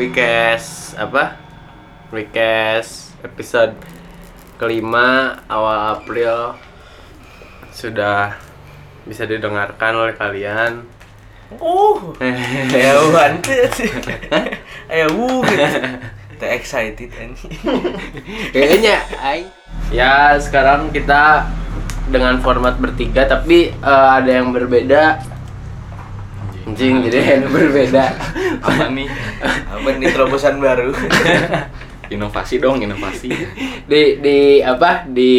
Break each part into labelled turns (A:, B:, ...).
A: request apa? Request episode kelima awal April sudah bisa didengarkan oleh kalian.
B: Uh,
C: Ya,
B: kayak wanted. Kayak wuh gitu. Too excited anjing.
A: Kayaknya ay. Ya, sekarang kita dengan format bertiga tapi eh, ada yang berbeda. Anjing, jadi ada yang berbeda.
C: apa nih
B: Apa nih terobosan baru?
C: inovasi dong inovasi
A: di di apa di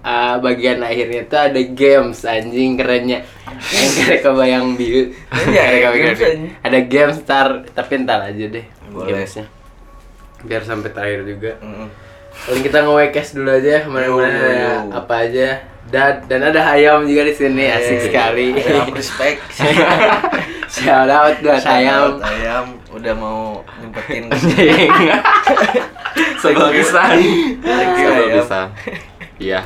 A: uh, bagian akhirnya tuh ada games anjing kerennya yang kira kebayang biru
B: Iya,
A: Kira
B: ada
A: kebayang
B: games,
A: biru.
B: anjing.
A: ada games ntar tapi ntar aja deh
B: Boleh.
A: gamesnya biar sampai terakhir juga
B: Mm.
A: paling kita ngewekes dulu aja ya, kemana-mana
B: Yo, yo, yo.
A: apa aja dan dan ada ayam juga di sini asik
B: Eh,
A: sekali
B: Ayam respect.
A: shout out buat ayam Iya,
B: Ayam udah mau nyempetin.
A: Anjing.
C: sebel pisan
B: Thank
A: ya.
B: you,
C: sebel
B: Ayam.
C: pisan iya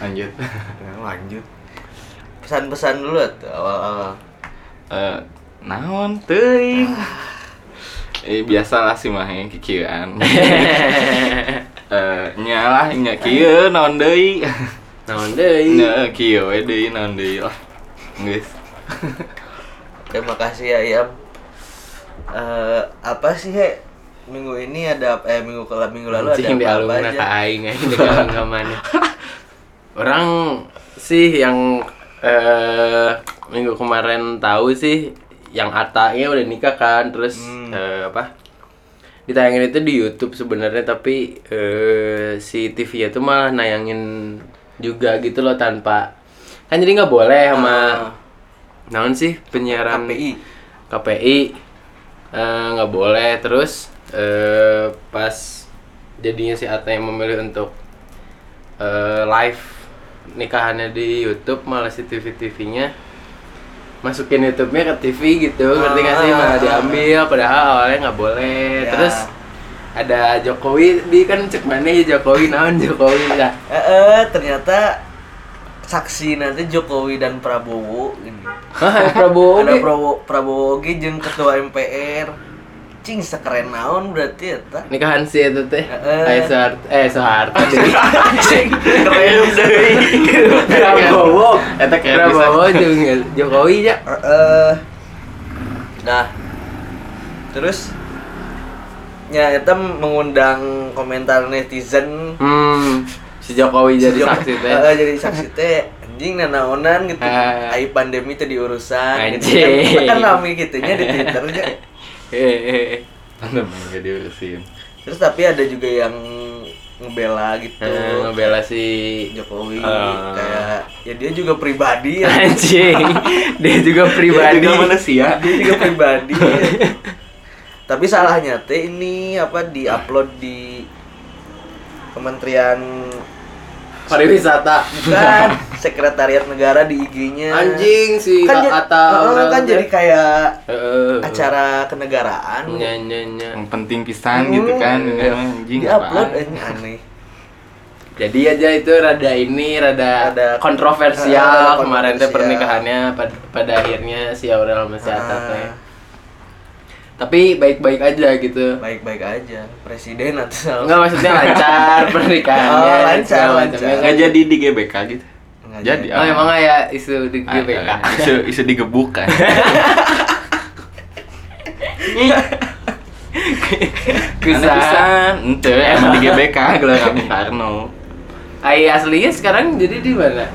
C: lanjut
B: Nah, Lanjut. Pesan-pesan dulu tuh awal-awal.
C: Eh, naon teuing eh biasalah sih mah yang kikieuan eh nyalah nya kieu naon deui
A: naon deui
C: nya kieu we deui naon deui lah geus
B: Terima kasih Ayam. Eh, apa sih He? Minggu ini ada apa- eh minggu ke minggu lalu ada
A: Anjing di
B: apa,
A: alumna
B: aja?
A: ka aing aing di galang-galangannya. Orang sih yang eh minggu kemarin tahu sih yang Atanya udah nikah kan terus
B: Hmm.
A: eh, apa ditayangin itu di YouTube sebenarnya tapi eh si TV itu malah nayangin juga gitu loh tanpa kan jadi nggak boleh sama naon sih penyiaran
B: KPI.
A: KPI eh, nggak boleh terus eh, pas jadinya si Ata yang memilih untuk eh, live nikahannya di YouTube malah si TV TV-nya masukin YouTube-nya ke TV gitu ngerti nggak sih malah
B: Ah.
A: diambil padahal awalnya nggak boleh
B: Ya.
A: terus ada Jokowi di kan cek mana ya Jokowi naon Jokowi lah
B: Eh, eh, ternyata saksi nanti Jokowi dan Prabowo ini.
A: Hah, Prabowo
B: Ada
A: ge.
B: Prabowo Prabowo oge jeung ketua MPR. Cing sekeren naon berarti eta.
A: nikahan si itu teh
B: Heeh.
A: eh Soeharto eh Soeharto jadi
B: Keren deui.
A: Prabowo
C: Eta kayak
A: Prabowo jeung Jokowi ya
B: Eh, eh. Nah. Terus ya eta mengundang komentar netizen
A: hmm si Jokowi jadi
B: Jok-
A: saksi teh
B: Eh, jadi saksi teh anjing nanaonan gitu
A: Ah.
B: ai pandemi teh diurusan gitu
A: Anjing.
B: kan, kan rame gitunya di twitternya
A: Hehehe.
C: Tanda main gak Anu diurusin
B: terus tapi ada juga yang ngebela gitu
A: Eh, ngebela si
B: Jokowi
A: Ah.
B: kayak ya dia juga pribadi ya
A: anjing dia juga pribadi
C: Dia juga manusia.
B: dia juga pribadi ya. tapi salahnya teh ini apa diupload di Kementerian
A: pariwisata
B: bukan Sekretariat Negara di IG-nya
A: anjing si
B: kan,
A: kan
B: ja-
A: Ata
B: Heeh,
A: Aurel
B: kan
A: teh.
B: jadi kayak
A: Heeh.
B: acara kenegaraan
A: nya nya nya
C: yang penting pisan
A: Iya.
C: gitu kan anjing
B: di upload
C: apaan.
B: aneh
A: jadi aja itu rada ini rada
B: Rada-
A: kontroversial
B: Rada kontroversial.
A: kemarin teh pernikahannya pad- pada akhirnya si Aurel sama si Ata
B: Ah.
A: teh tapi baik-baik aja gitu
B: baik-baik aja presiden atau sama
A: Enggak maksudnya lancar pernikahannya.
B: Oh, lancar,
A: segala macamnya.
B: lancar.
C: nggak jadi di GBK gitu
B: Nggak
C: jadi
A: Oh, emang nggak ya isu di
C: Ah,
A: GBK.
C: ah, isu isu digebuk kan
A: Kisah.
C: pisan ente
A: Iya.
C: emang di GBK gelar kami Karno
A: Ai aslinya sekarang jadi di mana?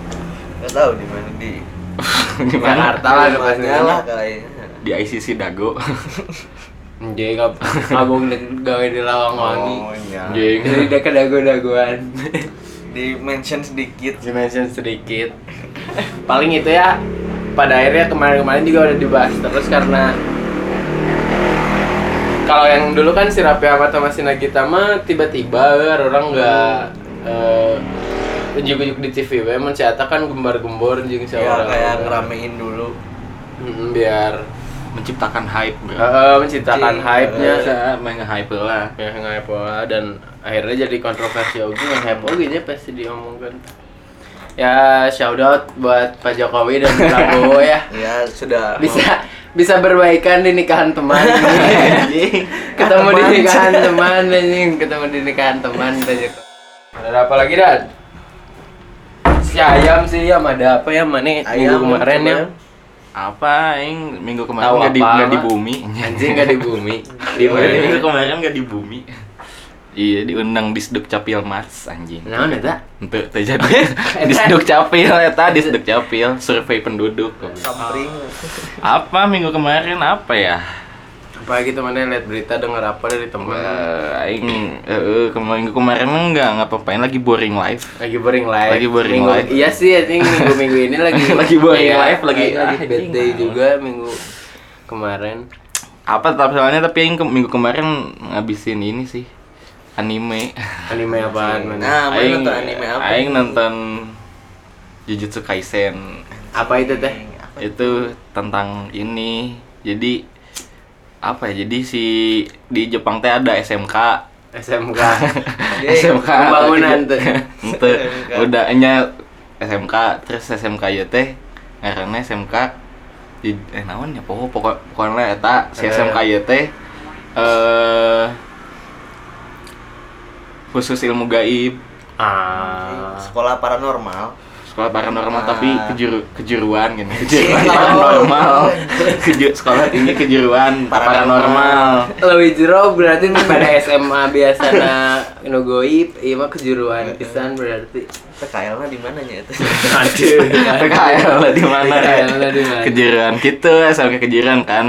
B: nggak tahu di mana di
C: gimana
A: Jakarta lah
B: di
A: udah pasti.
B: mana lah kayaknya
C: di ICC Dago
A: Jadi ngab- ngabung dan gawe di lawang wangi.
B: Oh, iya.
C: jeng
A: Jadi dia ke dago-dagoan.
B: di mention sedikit
A: Dimension sedikit. Paling itu ya pada akhirnya kemarin-kemarin juga udah dibahas terus karena kalau yang dulu kan si Raffi Ahmad sama si Nagita mah tiba-tiba eur, orang nggak eh, ujuk-ujuk di TV we mun si Ata kan gembar-gembor jeung si
B: ya
A: orang.
B: kayak ngeramein dulu
A: Mm, biar
C: menciptakan hype
A: eh,
C: bro Ya,
A: eh, menciptakan
B: Cing,
A: hype-nya
C: eh, main hype lah
A: ya nggak pola dan akhirnya jadi kontroversi oke nggak hype oke nya pasti diomongkan ya shout out buat Pak Jokowi dan Prabowo ya
B: ya sudah
A: bisa bisa berbaikan di nikahan teman anjing. ketemu di
B: Teman.
A: nikahan teman anjing ketemu di nikahan teman anjing. ada apa lagi dan si ayam sih ayam ada apa ya mana minggu kemarin ya
C: Apa yang minggu kemarin
A: Tahu
C: nggak di
A: apa,
C: nggak di
A: Mak?
C: bumi?
A: anjing Iya. gak di bumi di mana
C: Minggu kemarin nggak di bumi. Iya diundang di Sduk Capil Mars anjing.
A: nah udah tak
C: Untuk terjadi di Sduk Capil eta di Sduk Capil survei penduduk.
B: Sampring.
C: Apa minggu kemarin apa ya?
A: apalagi temannya lihat berita dengar apa dari teman
C: Eh, aing eh, eh, kemarin minggu kemarin mah nggak ngapa-ngapain lagi boring life.
A: lagi boring live
C: Lagi boring
A: minggu,
C: live.
A: iya sih anjing minggu minggu ini lagi
C: Lagi boring
A: Iya,
C: live,
A: lagi
C: lagi- anjing,
A: bad day
C: malam.
A: juga minggu kemarin
C: Apa tetap soalnya tapi aing ke- minggu kemarin ngabisin ini sih anime.
A: anime apaan man?
B: Nah, mana nonton anime apa?
C: Aing nonton Jujutsu Kaisen.
A: apa itu teh
C: itu tentang ini jadi apa ya jadi si di Jepang teh ada SMK
A: SMK
B: Jadi,
C: SMK
A: pembangunan tuh.
C: Ente,
B: SMK.
C: udah nya SMK terus SMK ya teh karena SMK di eh naon ya pokok pokok pokoknya eta si
A: Eh.
C: SMK ya teh eh khusus ilmu gaib
A: ah
B: Eh, Sekolah paranormal.
C: sekolah paranormal
B: Ah.
C: tapi kejeru kejuruan gini kejuruan
B: Iya.
C: paranormal Keju- sekolah tinggi kejuruan paranormal
B: Paranormal.
A: Lewi jero berarti pada SMA biasa na nu goib ieu mah kejuruan pisan berarti.
B: TKL mah di mananya itu?
A: Aduh.
C: PKL lah Iya, di mana
A: PKL lah iya. di mana.
C: kejuruan gitu sampai kejuruan kan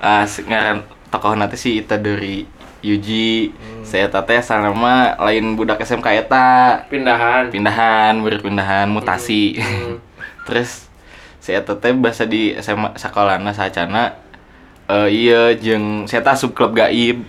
C: ah si- ngaran tokoh nanti si Itadori Yuji
A: Hmm.
C: saya teh sama lain budak SMK eta
A: Pindahan.
C: pindahan berpindahan mutasi
A: Hmm.
C: terus saya teh bahasa di SMA sekolahna sacana eh iya jeung saya teh subklub gaib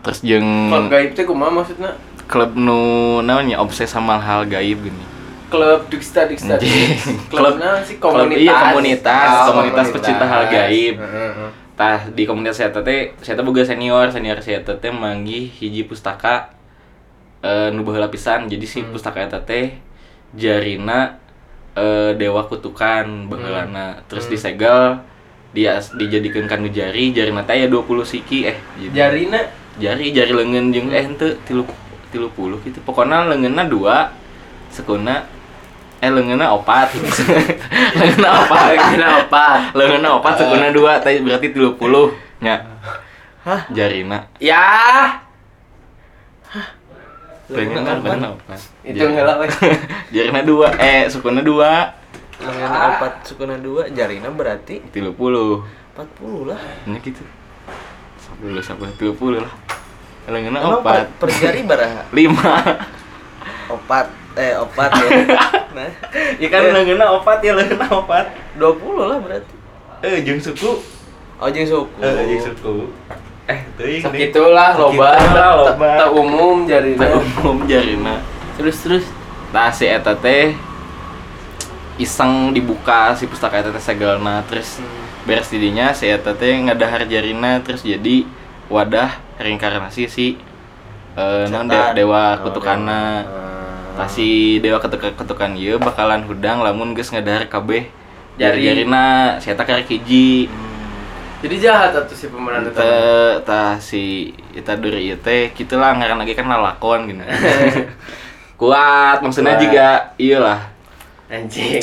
C: terus jeung
A: Klub gaib teh kumaha maksudnya?
C: klub nu namanya obses sama hal gaib gini
A: Klub Diksta Diksta.
C: Anjing.
A: Klubnya sih
C: Klub-
A: komunitas.
C: iya, komunitas,
A: Oh,
C: komunitas pecinta hal gaib.
A: Heeh, heeh.
C: tah di komunitas saya teh saya teh boga senior senior saya teh manggih hiji pustaka eh nu baheula pisan jadi si pustaka eta teh jarina eh, dewa kutukan baheulana terus disegel dia dijadikan kanu jari jarina teh aya 20 siki eh jadi-
A: Jarina
C: jari jari lengan jeung eh henteu tilu tilu puluh gitu pokoknya lengannya dua sekuna eh lengannya opat lengannya opat
A: lenganna opat.
C: lengannya opat sekuna dua teh berarti tilu puluh nya hah jarina
A: Ya,
C: pengen
B: Lenganna
C: kan lengannya opat
A: itu
C: Ya.
A: heula we.
C: jarina dua eh sekuna dua
B: Lengan opat sukuna dua, jarina berarti
C: tilu puluh
B: 40 lah.
C: nya gitu sepuluh sepuluh tilu puluh lah lengannya
B: Emang
C: opat
B: per, per jari baraha?
C: lima
B: Opat eh opat ya. Nah,
C: ya
A: Iya,
C: kan lengannya opat ya lengannya opat
B: 20 lah berarti.
C: eh jeung suku
B: Oh, jeung suku.
C: Eh, jeung suku. Eh, teuing deh.
A: Segitulah loba,
C: Segitulah loba.
A: tak umum jarina.
C: Teu umum jarina.
A: Terus terus
C: Nah, si eta teh iseng dibuka si pustaka eta teh segelna terus
A: Hmm.
C: beres didinya si eta teh ngadahar jarina terus jadi wadah reinkarnasi si eh non
B: Setan.
C: dewa
A: Oh,
C: kutukana.
B: Ah.
A: dewa.
C: Nah, si dewa ketukan ketukan ieu bakalan hudang lamun geus ngadahar kabeh
A: Jari.
C: jarina si eta karek hiji.
A: Jadi jahat atau si pemeran
C: Ente
A: utama?
C: tah si kita dari ieu teh kitu lah ngaran lagi kan lalakon gini. Kuat maksudnya
A: Kuat.
C: juga iyalah.
A: Anjing.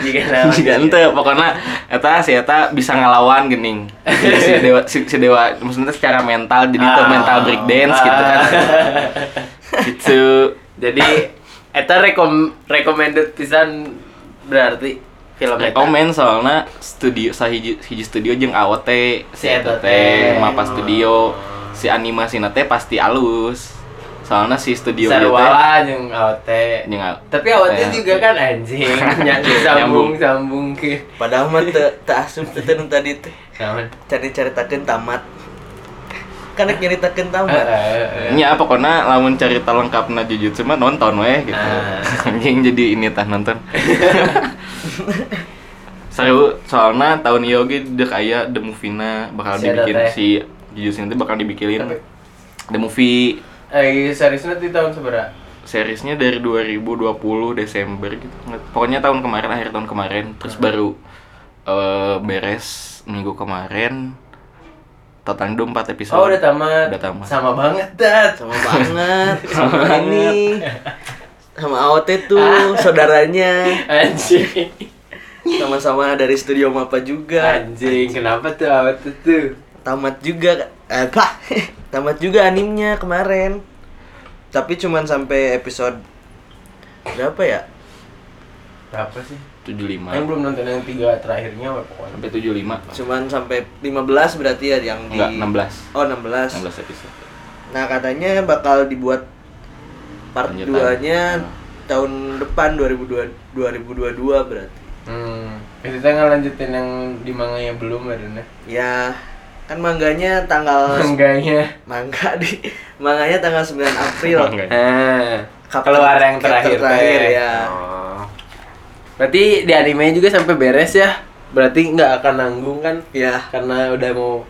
A: Jika nama.
C: Juga ente pokoknya eta si eta bisa ngelawan gening. Jadi Si dewa si, si dewa maksudnya secara mental jadi teu
A: Ah.
C: mental break dance gitu kan. gitu.
A: Jadi eta rekom recommended pisan berarti film eta.
C: Rekomen soalnya studio sahiji hiji studio jeung AOT
A: Si eta teh.
C: teh Mapa Studio si animasi teh pasti alus. Soalnya si studio ieu teh
A: Sarwala jeung Aote.
C: Jeung Aote.
A: Tapi Aote
C: Eh.
A: juga kan anjing. Nyambung sambung
C: Nyambung.
A: sambung ke.
B: Padahal mah teu teu asup teu teu nu tadi teh.
A: Naon?
B: Cari caritakeun tamat. Kan rek
A: Eh,
B: nyaritakeun tamat.
C: Ya pokoknya lamun cerita lengkapnya Jujutsu mah nonton weh gitu.
A: Ah.
C: Anjing jadi ini tah nonton. Seru soalna tahun ieu ge dek aya the movie-na bakal
A: Si
C: dibikin
A: eta teh.
C: si Jujutsu nanti bakal dibikinin
A: Tapi-
C: the movie
A: Eh, seriusnya di tahun seberapa?
C: seriesnya dari
A: Ah.
C: 2020 Desember gitu. Nggak- Pokoknya tahun kemarin akhir tahun kemarin terus baru eh, beres minggu kemarin totalnya udah empat episode.
A: Oh udah tamat.
C: Udah tamat.
A: Sama banget dat.
B: sama banget sama ini sama AOT
C: Ah.
B: tuh saudaranya
A: Anjing.
B: sama-sama dari studio Mapa
C: Iya.
B: juga
C: Ah.
A: Anjing kenapa tuh awet tuh tuh?
B: tamat juga eh, bah, tamat juga animnya kemarin tapi cuman sampai episode berapa ya
A: Berapa sih?
C: tujuh
A: Yang
C: lima
A: belum nonton yang tiga terakhirnya apa pokoknya.
C: sampai tujuh lima
B: cuman sampai 15 berarti ya yang di
C: enggak enam belas
B: oh 16.
C: enam belas episode
B: nah katanya bakal dibuat part
C: Lanjutan.
B: 2 nya
C: Hmm.
B: tahun depan 2022 2022 berarti
A: Hmm. Kita ngelanjutin yang di manganya belum ada nah.
B: ya kan mangganya tanggal
A: Mangganya.
B: mangga di manganya tanggal 9 April
C: Enggak.
A: Ah.
B: Kapten-
A: Keluar yang
B: Captain
A: terakhir.
B: terakhir,
A: teh.
B: ya.
A: Oh. Berarti di anime juga sampai beres ya? Berarti nggak akan nanggung kan?
B: ya
A: karena udah mau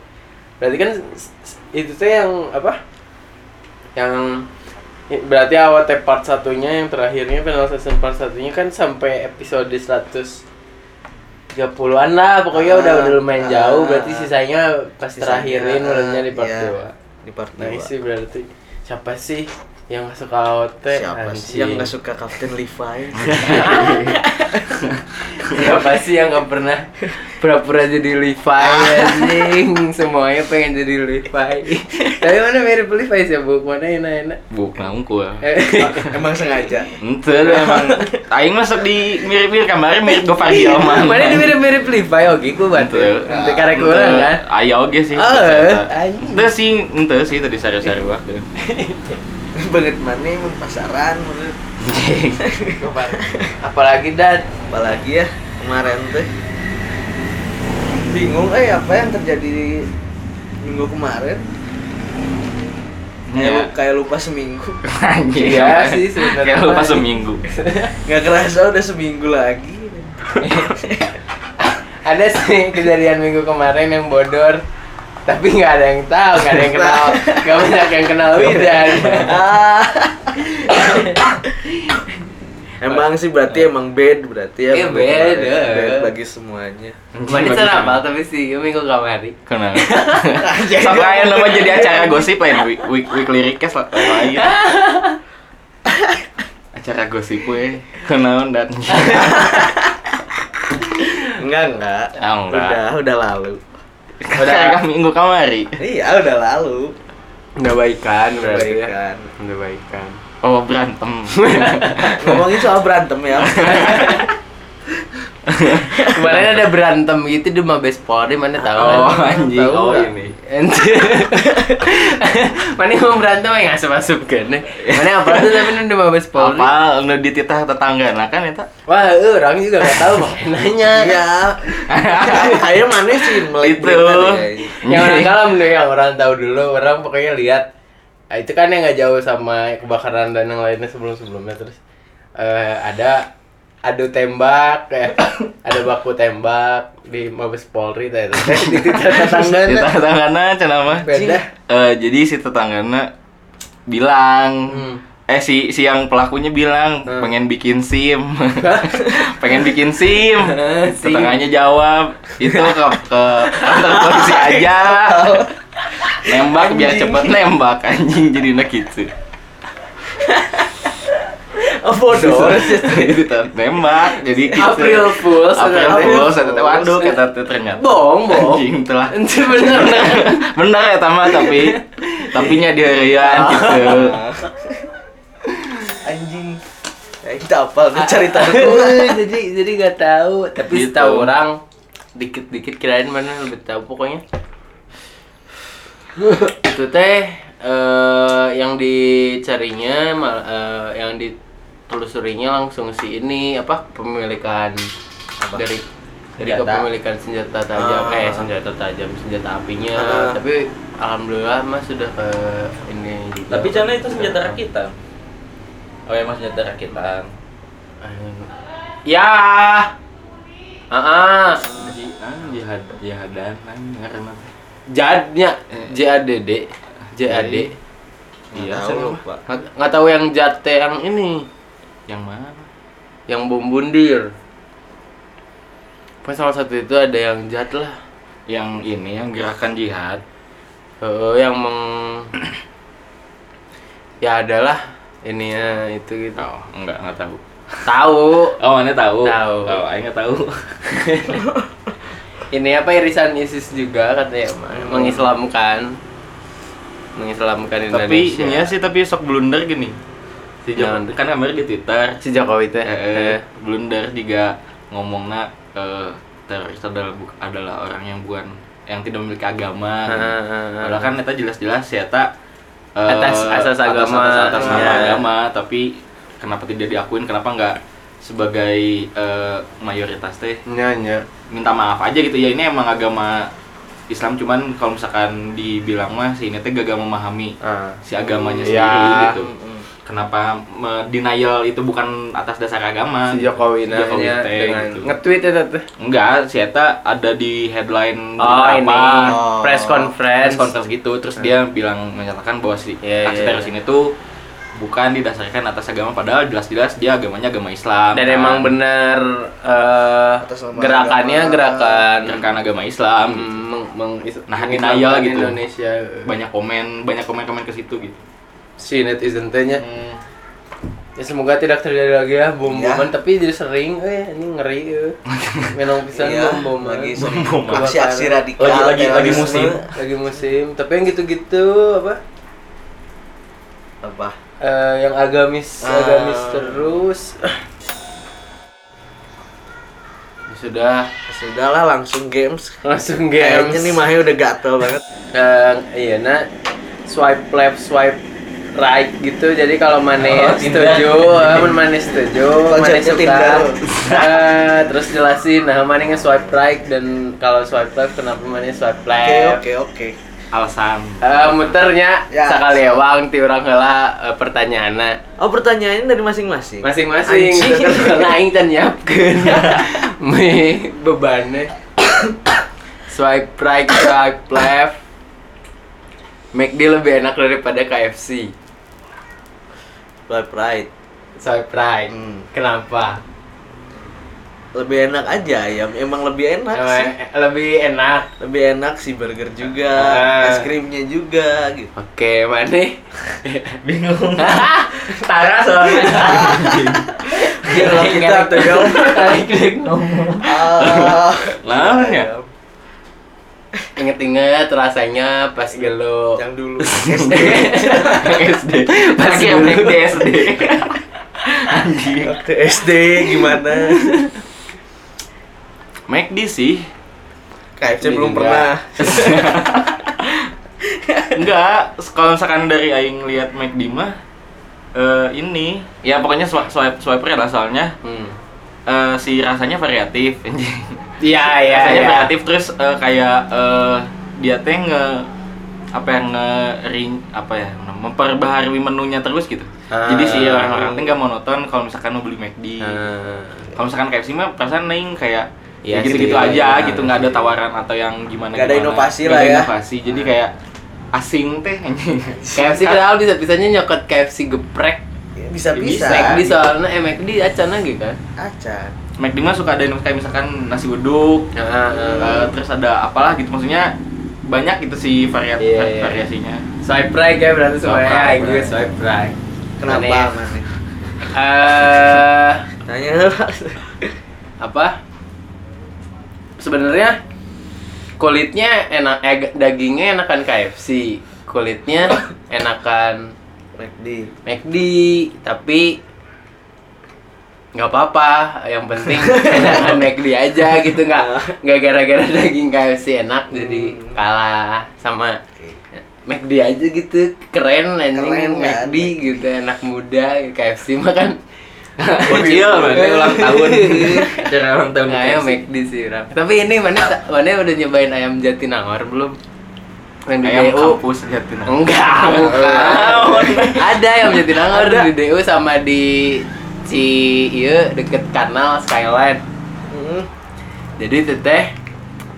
A: berarti kan s- s- itu tuh yang apa yang i- berarti awal teh part satunya yang terakhirnya final season part satunya kan sampai episode 100 30-an lah pokoknya
B: Ah,
A: udah udah lumayan
B: ah,
A: jauh
B: ah,
A: berarti
B: ah.
A: sisanya pas
B: Sisanya,
A: terakhirin
B: ah,
A: menurutnya di part
B: iya,
A: 2
B: di part
A: nah
B: 2
A: sih berarti siapa sih yang gak suka AOT
B: siapa sih yang
A: Anjing.
B: nggak suka Captain Levi
A: Siapa sih yang gak pernah pura-pura jadi
B: Ah.
A: Levi anjing Semuanya pengen jadi Levi Tapi mana mirip Levi sih bu? Mana enak-enak?
C: buk naungkul
A: Eh,
B: emang sengaja
C: Ente lu emang Aing masuk di mirip-mirip kemarin mirip Gofar
B: Iya,
C: Hilman
A: Iya, Mana ini mirip-mirip Levi? Oke, gue bantu Nanti
B: Ah,
A: karek kurang kan?
C: Ayo oke sih
A: Oh, anjing. Eh.
C: Ente sih, ente sih tadi sari-sari waktu
B: banget mana emang pasaran menurut
A: Apalagi dat
B: apalagi ya kemarin tuh bingung eh apa yang terjadi di minggu kemarin kayak, lu-
C: Ya
B: kayak lupa seminggu
C: Anjing
A: Iya sih, sebenarnya.
C: Kayak lupa seminggu
B: nggak kerasa udah seminggu lagi
A: Ada sih kejadian minggu kemarin yang bodor tapi nggak ada yang tahu, nggak ada yang kenal, nggak banyak yang kenal Widan.
B: Ah. emang sih berarti emang bed berarti ya
A: Iya,
B: minggu kemarin.
A: beda.
B: Iya. bad eh. bagi semuanya
A: Mana cara apa? Tapi sih minggu kemarin.
C: Kenapa?
B: Iya.
C: Sok lain nama jadi acara gosip lain week, week, Weekly request lah lain Acara gosip we Kenaon dan
B: enggak enggak
C: Ah, enggak.
B: udah udah lalu
C: Udah minggu kamari
B: iya udah lalu
A: Udah baikan berarti ya.
B: Baikan.
A: Udah baikan.
C: Oh berantem
B: ngomongin soal berantem ya
A: Kemarin ada berantem gitu di Mabes Polri mana tahu
C: Oh,
A: kan?
C: anjing.
A: Tahu
C: Oh,
A: nggak?
C: ini.
A: Anjing. mana mau berantem yang asup asup kan? Mana apa tuh tapi ini di Mabes Polri.
C: Apa nu dititah tetangga nah kan eta
A: Wah, eh, orang juga nggak tahu makanya nanya.
B: iya kayak mana sih melipir
C: Itu.
A: yang Ya, orang kalem deh yang orang tahu dulu orang pokoknya lihat Ah, itu kan yang nggak jauh sama kebakaran dan yang lainnya sebelum sebelumnya terus eh, ada adu tembak kayak ada baku tembak di Mabes Polri tadi di
C: Dititah
A: tetangga
C: tetanggana cenah mah.
A: beda
C: Eh, jadi si tetanggana bilang
A: Hmm.
C: eh si si yang pelakunya bilang
A: Hmm.
C: pengen bikin SIM. pengen bikin SIM.
A: SIM.
C: Tetangganya jawab, "Itu ke ke kantor polisi aja."
A: Oh.
C: nembak biar
B: Anjing.
C: cepet nembak anjing jadi nak gitu.
B: oh bodoh
C: iya, Jadi tetep nembak jadi gitu.
A: Gitu. April Fools
C: April
A: ternyata.
C: Fools ternyata. waduh kata ternyata.
A: bohong bohong
C: Anjing telah
A: itu bener
C: bener ya Tama tapi tapinya di harian gitu
B: anjing ya, kita apa lu cerita dulu
A: Eh, jadi jadi nggak tahu tapi
C: Gitu.
A: setahu orang dikit dikit kirain mana lebih tahu pokoknya itu teh eh, yang dicarinya mal- eh, yang ditelusurinya langsung si ini apa pemilikan dari dari
B: Senjata.
A: kepemilikan senjata tajam
B: Ah.
A: eh senjata tajam senjata apinya
B: Ah.
A: tapi alhamdulillah mas sudah ke ini juga.
D: Tapi Cana itu senjata
A: Sudah-
D: rakitan. Oh
C: ya,
D: emang senjata rakitan.
A: Ya. Ah, ah.
C: jihad jihadan ah, karena
A: jadnya
C: Eh.
A: JADD, JAD.
C: iya
B: Nggak tahu
C: saya lupa
B: lupa
A: Nggak- Nggak tahu yang jate yang ini,
C: yang mana
A: yang bom bundir. Pas salah satu itu ada yang jahat lah.
C: yang ini yang gerakan jihad
A: Eh, yang meng ya adalah ininya itu gitu.
C: oh enggak enggak tahu
A: Tahu
C: oh mana tahu
A: Tahu.
C: oh aing enggak tahu
A: ini apa irisan ISIS juga katanya Ma. mengislamkan mengislamkan
C: Oh. tapi
A: Indonesia.
C: ya sih tapi sok blunder gini si
A: Jangan.
C: Jokowi kan kemarin di Twitter
A: si Jokowi teh.
C: eh, blunder juga ngomongnya eh, teroris adalah bu- adalah orang yang bukan yang tidak memiliki agama padahal kan eta jelas-jelas ya tak
A: Atas asas agama.
C: atas, atas nama
A: Iya.
C: agama tapi kenapa tidak diakuin kenapa nggak sebagai eh, mayoritas teh
A: nyanyi.
C: minta maaf aja gitu ya ini emang agama Islam cuman kalau misalkan dibilang mah si ini teh gagal memahami si
A: Iya.
C: agamanya sendiri gitu kenapa me- denial itu bukan atas dasar agama
A: si Jokowi
C: Si
A: nanya
C: Jokowi teh
A: dengan
C: gitu.
A: nge-tweet ya teh.
C: enggak si Eta ada di headline
A: Oh
C: berita
A: ini Hmm.
B: Oh.
A: press conference.
C: press conference gitu terus dia bilang menyatakan bahwa si
A: Iya,
C: aksi
A: iya,
C: teroris
A: iya.
C: ini tuh bukan didasarkan atas agama padahal jelas-jelas dia agamanya agama Islam
A: Dan
C: kan.
A: emang benar eh,
B: Atas nama
A: gerakannya
B: agama.
A: gerakan
C: Gerakan agama Islam gitu.
A: mm, meng, meng,
C: Nah,
A: mengislamkan
C: denial gitu.
A: Indonesia.
C: banyak komen banyak komen-komen ke situ gitu
A: Si netizen tehnya.
C: Hmm.
A: Ya semoga tidak terjadi lagi ya bom-boman,
B: Ya.
A: tapi jadi sering eh ini ngeri eh. Menong pisan
B: Iya,
A: bom-boman.
B: lagi
C: Bom-boman.
B: aksi-aksi
A: Kebakaran.
B: radikal
C: Lagi- lagi- lagi
B: terorisme.
C: musim.
A: Lagi musim, tapi yang gitu-gitu apa?
B: apa
A: eh, yang agamis,
B: Ah.
A: agamis terus. Ya sudah,
B: sudahlah langsung games
A: langsung games.
B: kayaknya nih Mahe udah gatel banget
A: Eh, iya nah swipe left, swipe right gitu. Jadi kalau
D: Oh,
A: mana
D: Tinder.
A: setuju, eh, mana setuju, mana
B: Konsepnya
A: suka.
B: Tinder.
A: Eh, terus jelasin nah mana nge swipe right dan kalau swipe left kenapa mana swipe left.
B: oke oke oke
C: alasan
A: Eh, muternya
B: Ya.
A: sakali ewang ti urang heula eh, pertanyaanna
B: oh pertanyaannya dari masing-masing
A: masing-masing
B: Anjing.
A: terus aing teh nyiapkeun me bebannya swipe right swipe left McD lebih enak daripada KFC
B: Swipe right
A: swipe right
B: Hmm.
A: kenapa
B: lebih enak aja ayam emang lebih enak sih
A: Eh, lebih enak
B: lebih enak sih burger juga
A: Ah.
B: es krimnya juga gitu
A: Oke, mana?
D: bingung
A: Tara soalnya.
B: biarlah
A: Iya,
B: kita tuh ya
D: klik ngomong
B: Ah.
C: Lawan ya?
A: Ingat-ingat rasanya pas gelo.
B: yang dulu
C: SD
A: Pas
C: Lagi
A: gelo
C: emang
A: di SD.
B: waktu SD gimana
C: McD sih
B: KFC belum
A: Juga.
B: pernah
C: enggak kalau misalkan dari aing lihat McD mah eh, ini ya pokoknya swipe swipe swiper lah soalnya
A: Hmm.
C: eh, si rasanya variatif anjing.
A: Iya, iya,
C: rasanya
A: iya.
C: variatif terus eh, kayak eh, dia teh nge apa yang nge ring apa ya memperbaharui menunya terus gitu
A: Ah.
C: jadi si orang-orang teh nggak monoton kalau misalkan mau beli McD
A: Ah.
C: kalau misalkan KFC mah perasaan naing kayak
A: Iya
C: ya gitu-gitu
A: sih,
C: aja
A: iya
C: gitu nggak ada
A: sih.
C: tawaran atau yang gimana
B: Nggak ada
C: gimana.
B: inovasi
C: Nggak
B: lah
C: ada
B: ya.
C: inovasi jadi kayak asing teh
A: KFC kenapa bisa-bisanya nyokot KFC geprek
B: bisa bisa
A: McD soalnya eh McD acana gitu kan
B: acan
C: McD mah suka ada inovasi kayak misalkan nasi uduk eh, terus ada apalah gitu maksudnya banyak gitu sih varian
A: Iya,
C: var-
A: iya.
C: variasinya
A: swipe right ya berarti
C: Swipe
A: semuanya
C: right,
A: Aing juga swipe right
B: kenapa
A: Aneh.
B: mana
A: eh
B: tanya
A: apa sebenarnya kulitnya enak eh, dagingnya enakan KFC kulitnya enakan
B: McD
A: McD tapi nggak apa-apa yang penting enakan McD aja gitu nggak nggak gara-gara daging KFC enak jadi
B: Ah. Hmm.
A: kalah sama McD aja gitu keren
B: Keren,
A: anjing
B: kan?
A: McD gitu anak muda KFC makan
C: kecil berarti ulang tahun acara ulang tahun
A: ayam
C: KFC.
A: McD sih Ram. tapi ini mana mana udah nyobain ayam Jatinangor belum yang di
C: ayam
A: DU
C: kampus liatin
A: gitu.
C: aja.
A: Enggak, bukan. ada yang jadi nangor
B: Ada.
A: di DU sama di Ci iya deket kanal Skyline.
B: Hmm.
A: Jadi teteh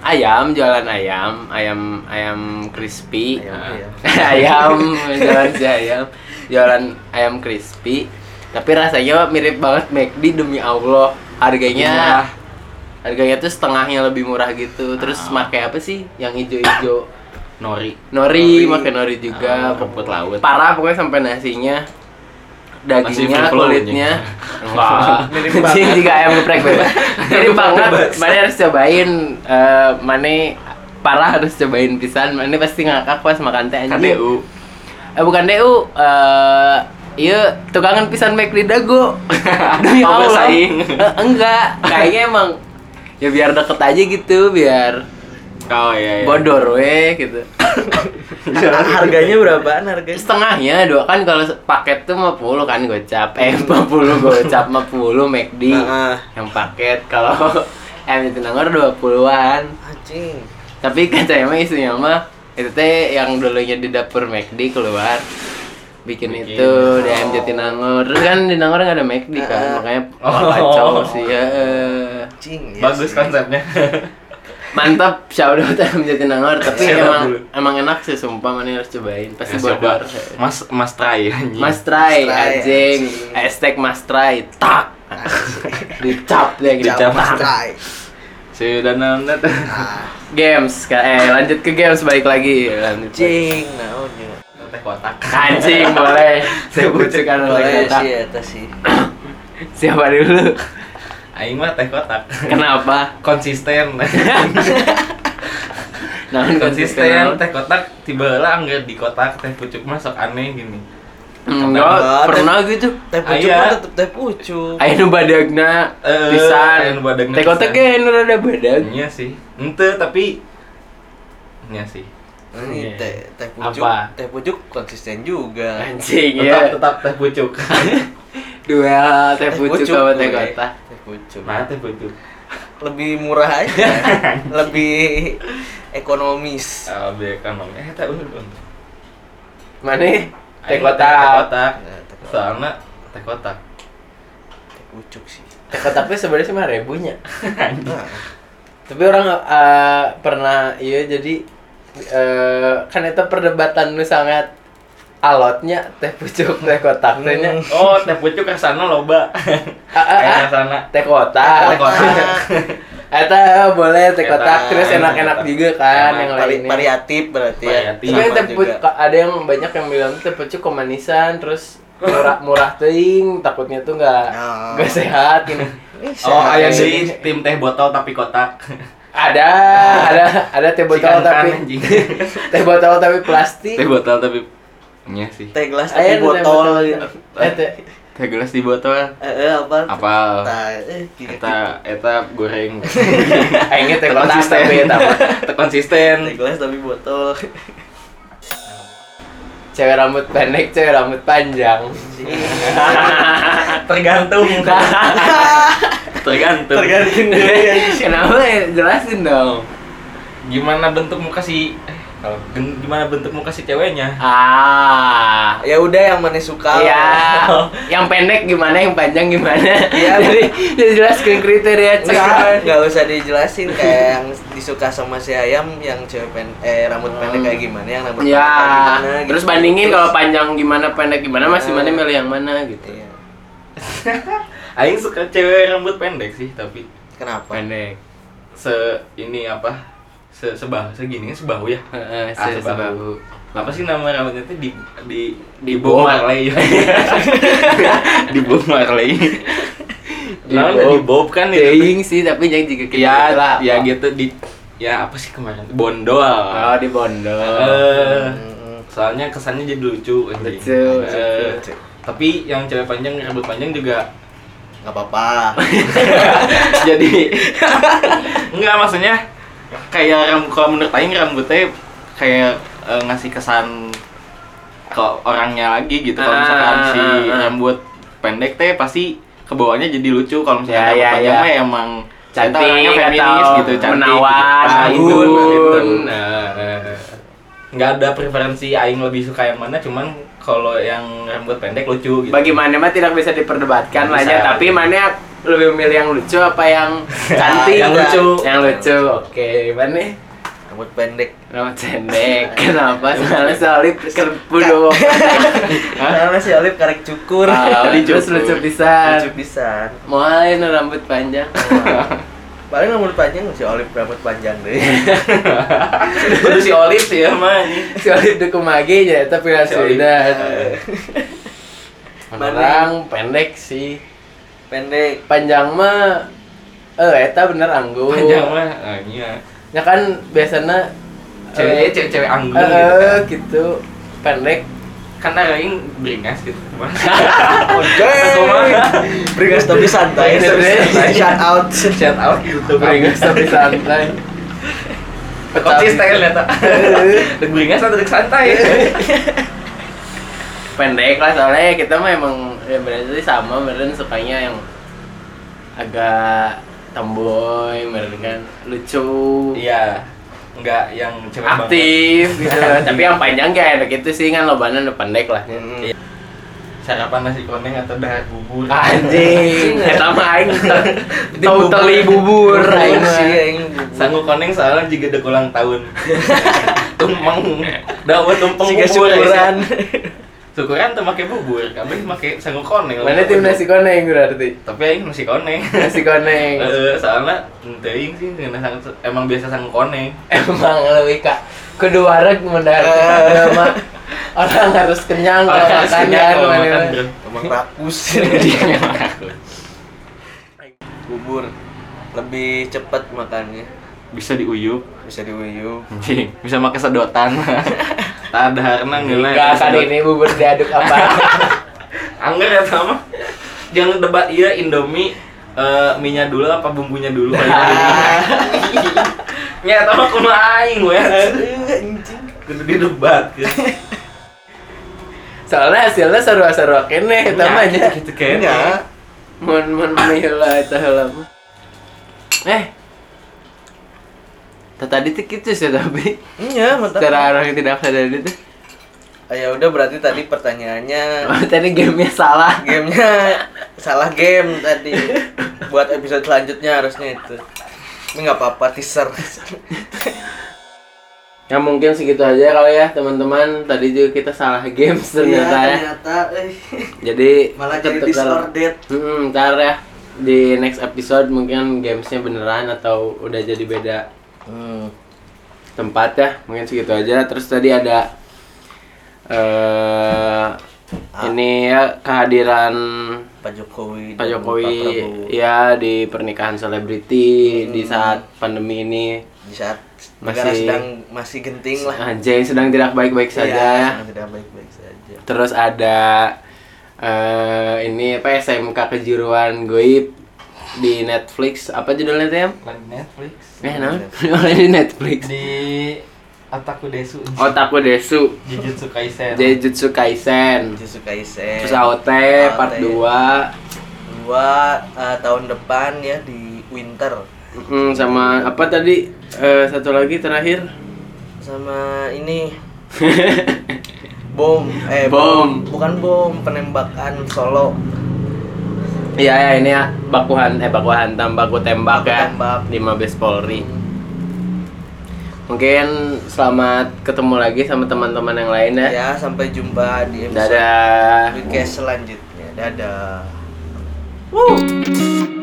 A: ayam jualan ayam, ayam ayam crispy. Ah.
B: Ayam, ayam.
A: ayam jualan si ayam, jualan ayam
C: Iya.
A: crispy. Tapi rasanya mirip banget McD demi Allah. Harganya
C: Murah.
A: harganya tuh setengahnya lebih murah gitu terus pakai apa sih yang ijo-ijo
C: nori
A: nori, pakai nori juga
C: Ah, rumput laut.
A: parah pokoknya sampai nasinya dagingnya
C: free flow-nya.
A: kulitnya
C: Wah.
A: mirip banget juga ayam geprek beda mirip banget mana harus cobain eh mana parah harus cobain pisan mana pasti ngakak pas makan teh anjing
C: KDU
A: eh bukan DU eh iya tukangan pisan McD dago demi
C: Oh,
A: Allah
C: bersaing.
A: Eh, enggak kayaknya emang ya biar deket aja gitu biar
C: oh iya, iya.
A: bodor weh gitu
B: harganya berapaan harganya?
A: setengahnya dua kan kalau paket tuh 50 kan gocap eh 50 gocap 50 McD
B: Heeh.
A: yang paket kalau M di Tenangor 20-an
B: Ah, Anjing.
A: tapi katanya mah isinya mah itu teh yang dulunya di dapur McD keluar bikin,
C: Bikin.
A: itu di ayam Jatinangor terus kan di Nangor nggak ada McD kan
B: Ah.
A: makanya
D: Oh.
A: kacau sih ya eh.
B: Anjing. ya
D: Bagus
B: sih.
C: kan?
D: konsepnya.
A: mantap shout out ayam Jatinangor tapi
D: Shout out
A: emang
D: dulu.
A: emang enak sih sumpah mana harus cobain
C: Ya,
A: pasti
C: coba
A: bodor
C: mas mas try anjing.
A: Mas try,
B: Mas try,
A: anjing.
B: anjing.
A: Hashtag Mas try, tak. Dicap deh gitu.
C: Dicap.
A: Tak.
B: Tai.
C: sudah nandat
B: Ah,
A: Games, ka- eh lanjut ke games balik lagi. Lanjut.
B: Anjing, naonnya.
C: teh kotak
A: Anjing boleh. Saya butuhkan lagi
B: Boleh sih
A: tak.
B: eta sih.
A: Siapa dulu?
C: aing mah teh kotak
A: Kenapa?
C: konsisten
A: Namun
C: konsisten teh kotak tiba lah anggar di kotak teh pucuk masuk aneh gini
A: Enggak pernah gitu.
B: Teh pucuk
C: Aya.
B: mah tetep teh pucuk.
A: Ayo nu badagna
C: Eh, aya
A: pisan.
C: nu badagna
A: Teh kotak
C: pisan.
A: ge nu rada badag.
C: Iya sih. Ente tapi Iya sih.
B: Ini
A: Oke.
B: teh teh pucuk.
A: Apa?
B: Teh pucuk konsisten juga.
A: Anjing
C: Tetap
A: ya.
C: tetap teh pucuk.
A: Duel teh pucuk sama teh
B: gue.
A: kotak.
B: Teh pucuk.
C: Mana teh pucuk?
B: Lebih murah aja. Lebih ekonomis.
C: Abi ekonomi. Eh teh untung.
A: Mana? Teh
C: Aing mah Teh
A: kotak.
C: kotak.
B: Ya, teh kotak.
C: Soalnya teh kotak.
B: Teh pucuk sih.
A: Teh kotaknya sebenarnya mah ribunya.
B: Nah,
A: tapi orang eh, pernah iya jadi eh, kan itu perdebatan lu sangat alotnya teh pucuk teh kotak tehnya
C: Oh, teh pucuk kesana loba.
A: Ah, ah,
C: Kayak
A: ah.
C: kesana.
A: teh kotak
C: Teh kotak.
A: Eta eh, boleh teh
C: Eta,
A: kotak terus
C: teh
A: enak-enak
C: kotak.
A: juga kan yang
B: vari-
A: lainnya.
B: variatif berarti ya.
C: Variatif.
A: Tapi
B: Sama
A: teh
B: juga.
A: pucuk- ada yang banyak yang bilang teh pucuk kemanisan terus murah murah teuing takutnya tuh nggak
B: Nah.
A: nggak sehat ini.
B: Eh,
C: Oh,
B: sehat
C: ayah
B: ya.
C: di tim teh botol tapi kotak.
A: Ada ada ada teh botol
C: Cikan kan,
A: tapi
C: anjing.
A: teh botol tapi plastik.
C: Teh botol tapi Iya sih.
B: teh
A: Ayo,
B: gelas tapi
A: teh botol.
B: botol gitu.
A: Eh, teh
C: Teh gelas di botol.
B: Eh, eh, apa?
A: Nah,
C: Apal.
B: Tah, eh, gitu.
C: Eta eta goreng.
A: Aingnya teh
C: Teh
A: kotak
C: konsisten.
A: ya, tapi eta mah.
C: Teh konsisten.
B: Teh gelas tapi botol.
A: Cewek rambut pendek, cewek rambut panjang.
C: Tergantung. Tergantung.
B: Tergantung dulu ya.
A: Kenapa ya? Jelasin dong.
C: Gimana bentuk muka si eh, kalau gen- gimana bentuk muka si ceweknya?
A: Ah.
B: Ya udah yang mana suka.
A: Iya. Yang pendek gimana, yang panjang gimana?
B: Iya.
A: Jadi jadi jelas ke kriteria
B: Nggak,
A: cewek.
B: Iya, nggak usah dijelasin kayak yang disuka sama si ayam yang cewek pen- eh rambut pendek kayak gimana yang rambut
A: Ya.
B: pendek kayak gimana gitu.
A: Hmm. Terus Eh. bandingin kalau panjang gimana, pendek gimana, masih
B: Hmm.
A: mana milih yang mana gitu.
B: Iya.
C: Aing suka cewek rambut pendek sih, tapi
B: Kenapa?
A: Pendek.
C: se ini apa? Se sebah segini sebahu ya.
A: Heeh,
C: Ah,
A: se-
C: sebahu.
A: sebahu.
C: Apa sih nama rambutnya tuh di di iya.
A: Di
C: Bob
A: Bob.
C: Marley. di Bob Marley.
A: Di
C: Nah,
A: Bob.
C: di Bob kan itu.
A: Deing sih, Iya, tapi jangan juga kayak
C: Ya,
A: gitu lah.
C: ya gitu di ya apa sih kemarin? Bondol.
A: Oh, di Bondo.
C: Eh,
B: Mm.
C: soalnya kesannya jadi lucu anjing.
A: Lucu,
C: Eh,
B: lucu.
C: tapi yang cewek panjang rambut panjang juga
B: Nggak apa-apa.
C: jadi enggak maksudnya kayak rambut kalau menurut Aing rambutnya kayak eh, ngasih kesan ke orangnya lagi gitu kalau
A: Ah,
C: misalkan si
A: ah, ah.
C: rambut pendek teh pasti kebawahnya jadi lucu kalau misalkan
A: Ya,
C: rambut
A: ya,
C: panjang
A: ya.
C: mah emang
A: Cantik
C: kita orangnya feminis
A: atau
C: gitu cantik
A: menawan,
C: gitu. Nah, itu,
A: anggun.
C: gitu. Nah, nggak ada preferensi Aing lebih suka yang mana cuman kalau yang rambut pendek lucu
A: Eh,
C: gitu
A: Bagaimana mah tidak bisa diperdebatkan lah
C: Bisa.
A: ya, tapi mana lebih memilih yang lucu apa yang
C: Ah,
A: cantik?
B: Yang lucu.
A: Yang lucu. Oke, mana?
B: Rambut pendek.
A: Rambut pendek. Kenapa? Soalnya soalnya kerbu doang.
B: Karena si Alif karek cukur.
A: Ah, Terus
C: dicukur.
A: lucu
B: Lucu
A: pisan.
B: pisan.
A: Mau lain rambut panjang.
B: paling rambut panjang si Olive rambut panjang deh
C: Kudu si Olive sih ya mah ini. Iya, Ah,
A: Si Olip duku mage nya ya, tapi
C: Si Olip.
A: sudah.
B: Mana?
A: Orang pendek sih.
B: pendek
A: Panjang mah eh eta bener anggur.
C: Panjang mah. Ah, iya.
A: Ya kan biasanya
C: Cewek
A: eh,
C: cewek-cewek anggun
A: eh,
C: gitu kan.
A: eh, gitu pendek
C: Karena aing beringas gitu.
A: Eh.
B: Oke, beringas tapi santai.
A: Beringas tapi santai.
B: Shout out.
C: Shout out YouTube
A: beringas tapi santai.
C: Konsisten
A: Eh.
C: eta. Dek ya, beringas atau dek santai.
A: pendek lah soalnya kita mah emang ya bener sih sama meren sukanya yang agak tomboy meren kan lucu
C: Iya. Enggak yang cewek banget.
A: aktif gitu tapi yang panjang kayak enak itu sih kan lobanan udah pendek lah
B: Hmm.
C: Sarapan nasi koneng atau dahar bubur.
A: anjing eta mah Iya. aing tahu
C: bubur.
A: teli bubur aing
B: Aing
A: mah.
B: sih aing
C: Sanggup koneng soalnya juga dek ulang tahun. tumpeng. Dawa tumpeng
B: Siga
C: bubur. ya,
B: syukuran.
C: Syukuran tuh pakai bubur, kami pakai sanggup koneng.
A: mana tim nasi koneng berarti
C: Tapi aing nasi koneng.
A: nasi koneng
C: Eh, soalnya ente aing sih ngeunah sang- emang biasa sanggup koneng.
A: emang lebih kak kedua rek mendadak mah Eh. orang harus kenyang kalau
C: Orang harus
A: makan
C: kenyang
A: kan
C: kalau makan,
A: mana-mana.
C: bro.
B: emang rakus. Bubur lebih cepat makannya
C: Bisa diuyup,
B: bisa diuyup.
C: anjing. bisa pakai sedotan. Tadarna ngeunah.
A: Enggak kan ini bubur diaduk apa?
C: Angger ya sama. Jangan debat iya Indomie eh, minyak dulu apa bumbunya dulu. Ya, tau aku aing we. Kudu didebat gitu.
A: Soalnya hasilnya sarua-sarua kene
C: Ya,
A: tamanya.
C: Gitu
B: Kayaknya
C: kayaknya.
A: Mun mun mihela eta heula mah. Eh. Tah Tadi tuh gitu sih tapi
B: Iya, mantap.
A: cara orang yang tidak sadar itu.
B: Ah, ya udah berarti tadi pertanyaannya
A: Oh, tadi gamenya salah.
B: gamenya salah game tadi. Buat episode selanjutnya harusnya itu. Ini nggak apa-apa teaser.
A: Ya mungkin segitu aja kali ya teman-teman. Tadi juga kita salah games ternyata ya.
B: eh,
A: Jadi
B: Iya, malah jadi
A: tetep dalam-
B: disordered.
A: Hmm, ntar ya di next episode mungkin gamesnya beneran atau udah jadi beda
B: Hmm.
A: tempat ya mungkin segitu aja terus tadi ada eh ini ya kehadiran
B: Pak Jokowi
A: Pak
B: dan Hmm, Pak
A: Jokowi
B: Prabowo.
A: ya di pernikahan selebriti di saat pandemi ini
B: di saat negara
A: Masih-
B: sedang masih genting lah
A: anjing sedang tidak baik-baik
B: Iya,
A: saja ya.
B: sedang tidak baik-baik saja
A: terus ada eh ini apa SMK kejuruan goib di Netflix apa judulnya Tem?
C: Lagi Netflix.
A: Eh, nah, di Netflix.
C: Di Otaku Desu.
A: Otaku Desu,
C: Jujutsu Kaisen.
A: Jujutsu Kaisen.
B: Jujutsu Kaisen
A: Terus AOT part 2
B: AOT. dua eh, tahun depan ya di winter
A: mm, sama apa tadi Eh, satu lagi terakhir
B: sama ini bom eh
A: Bom.
B: bukan bom penembakan solo
A: Iya ya ini ya bakuhan eh baku hantam baku tembak
B: Baku
A: ya
B: tembak.
A: di Mabes Polri. Mungkin selamat ketemu lagi sama teman-teman yang lain ya.
B: ya sampai jumpa di episode
A: Dadah.
B: podcast selanjutnya dadah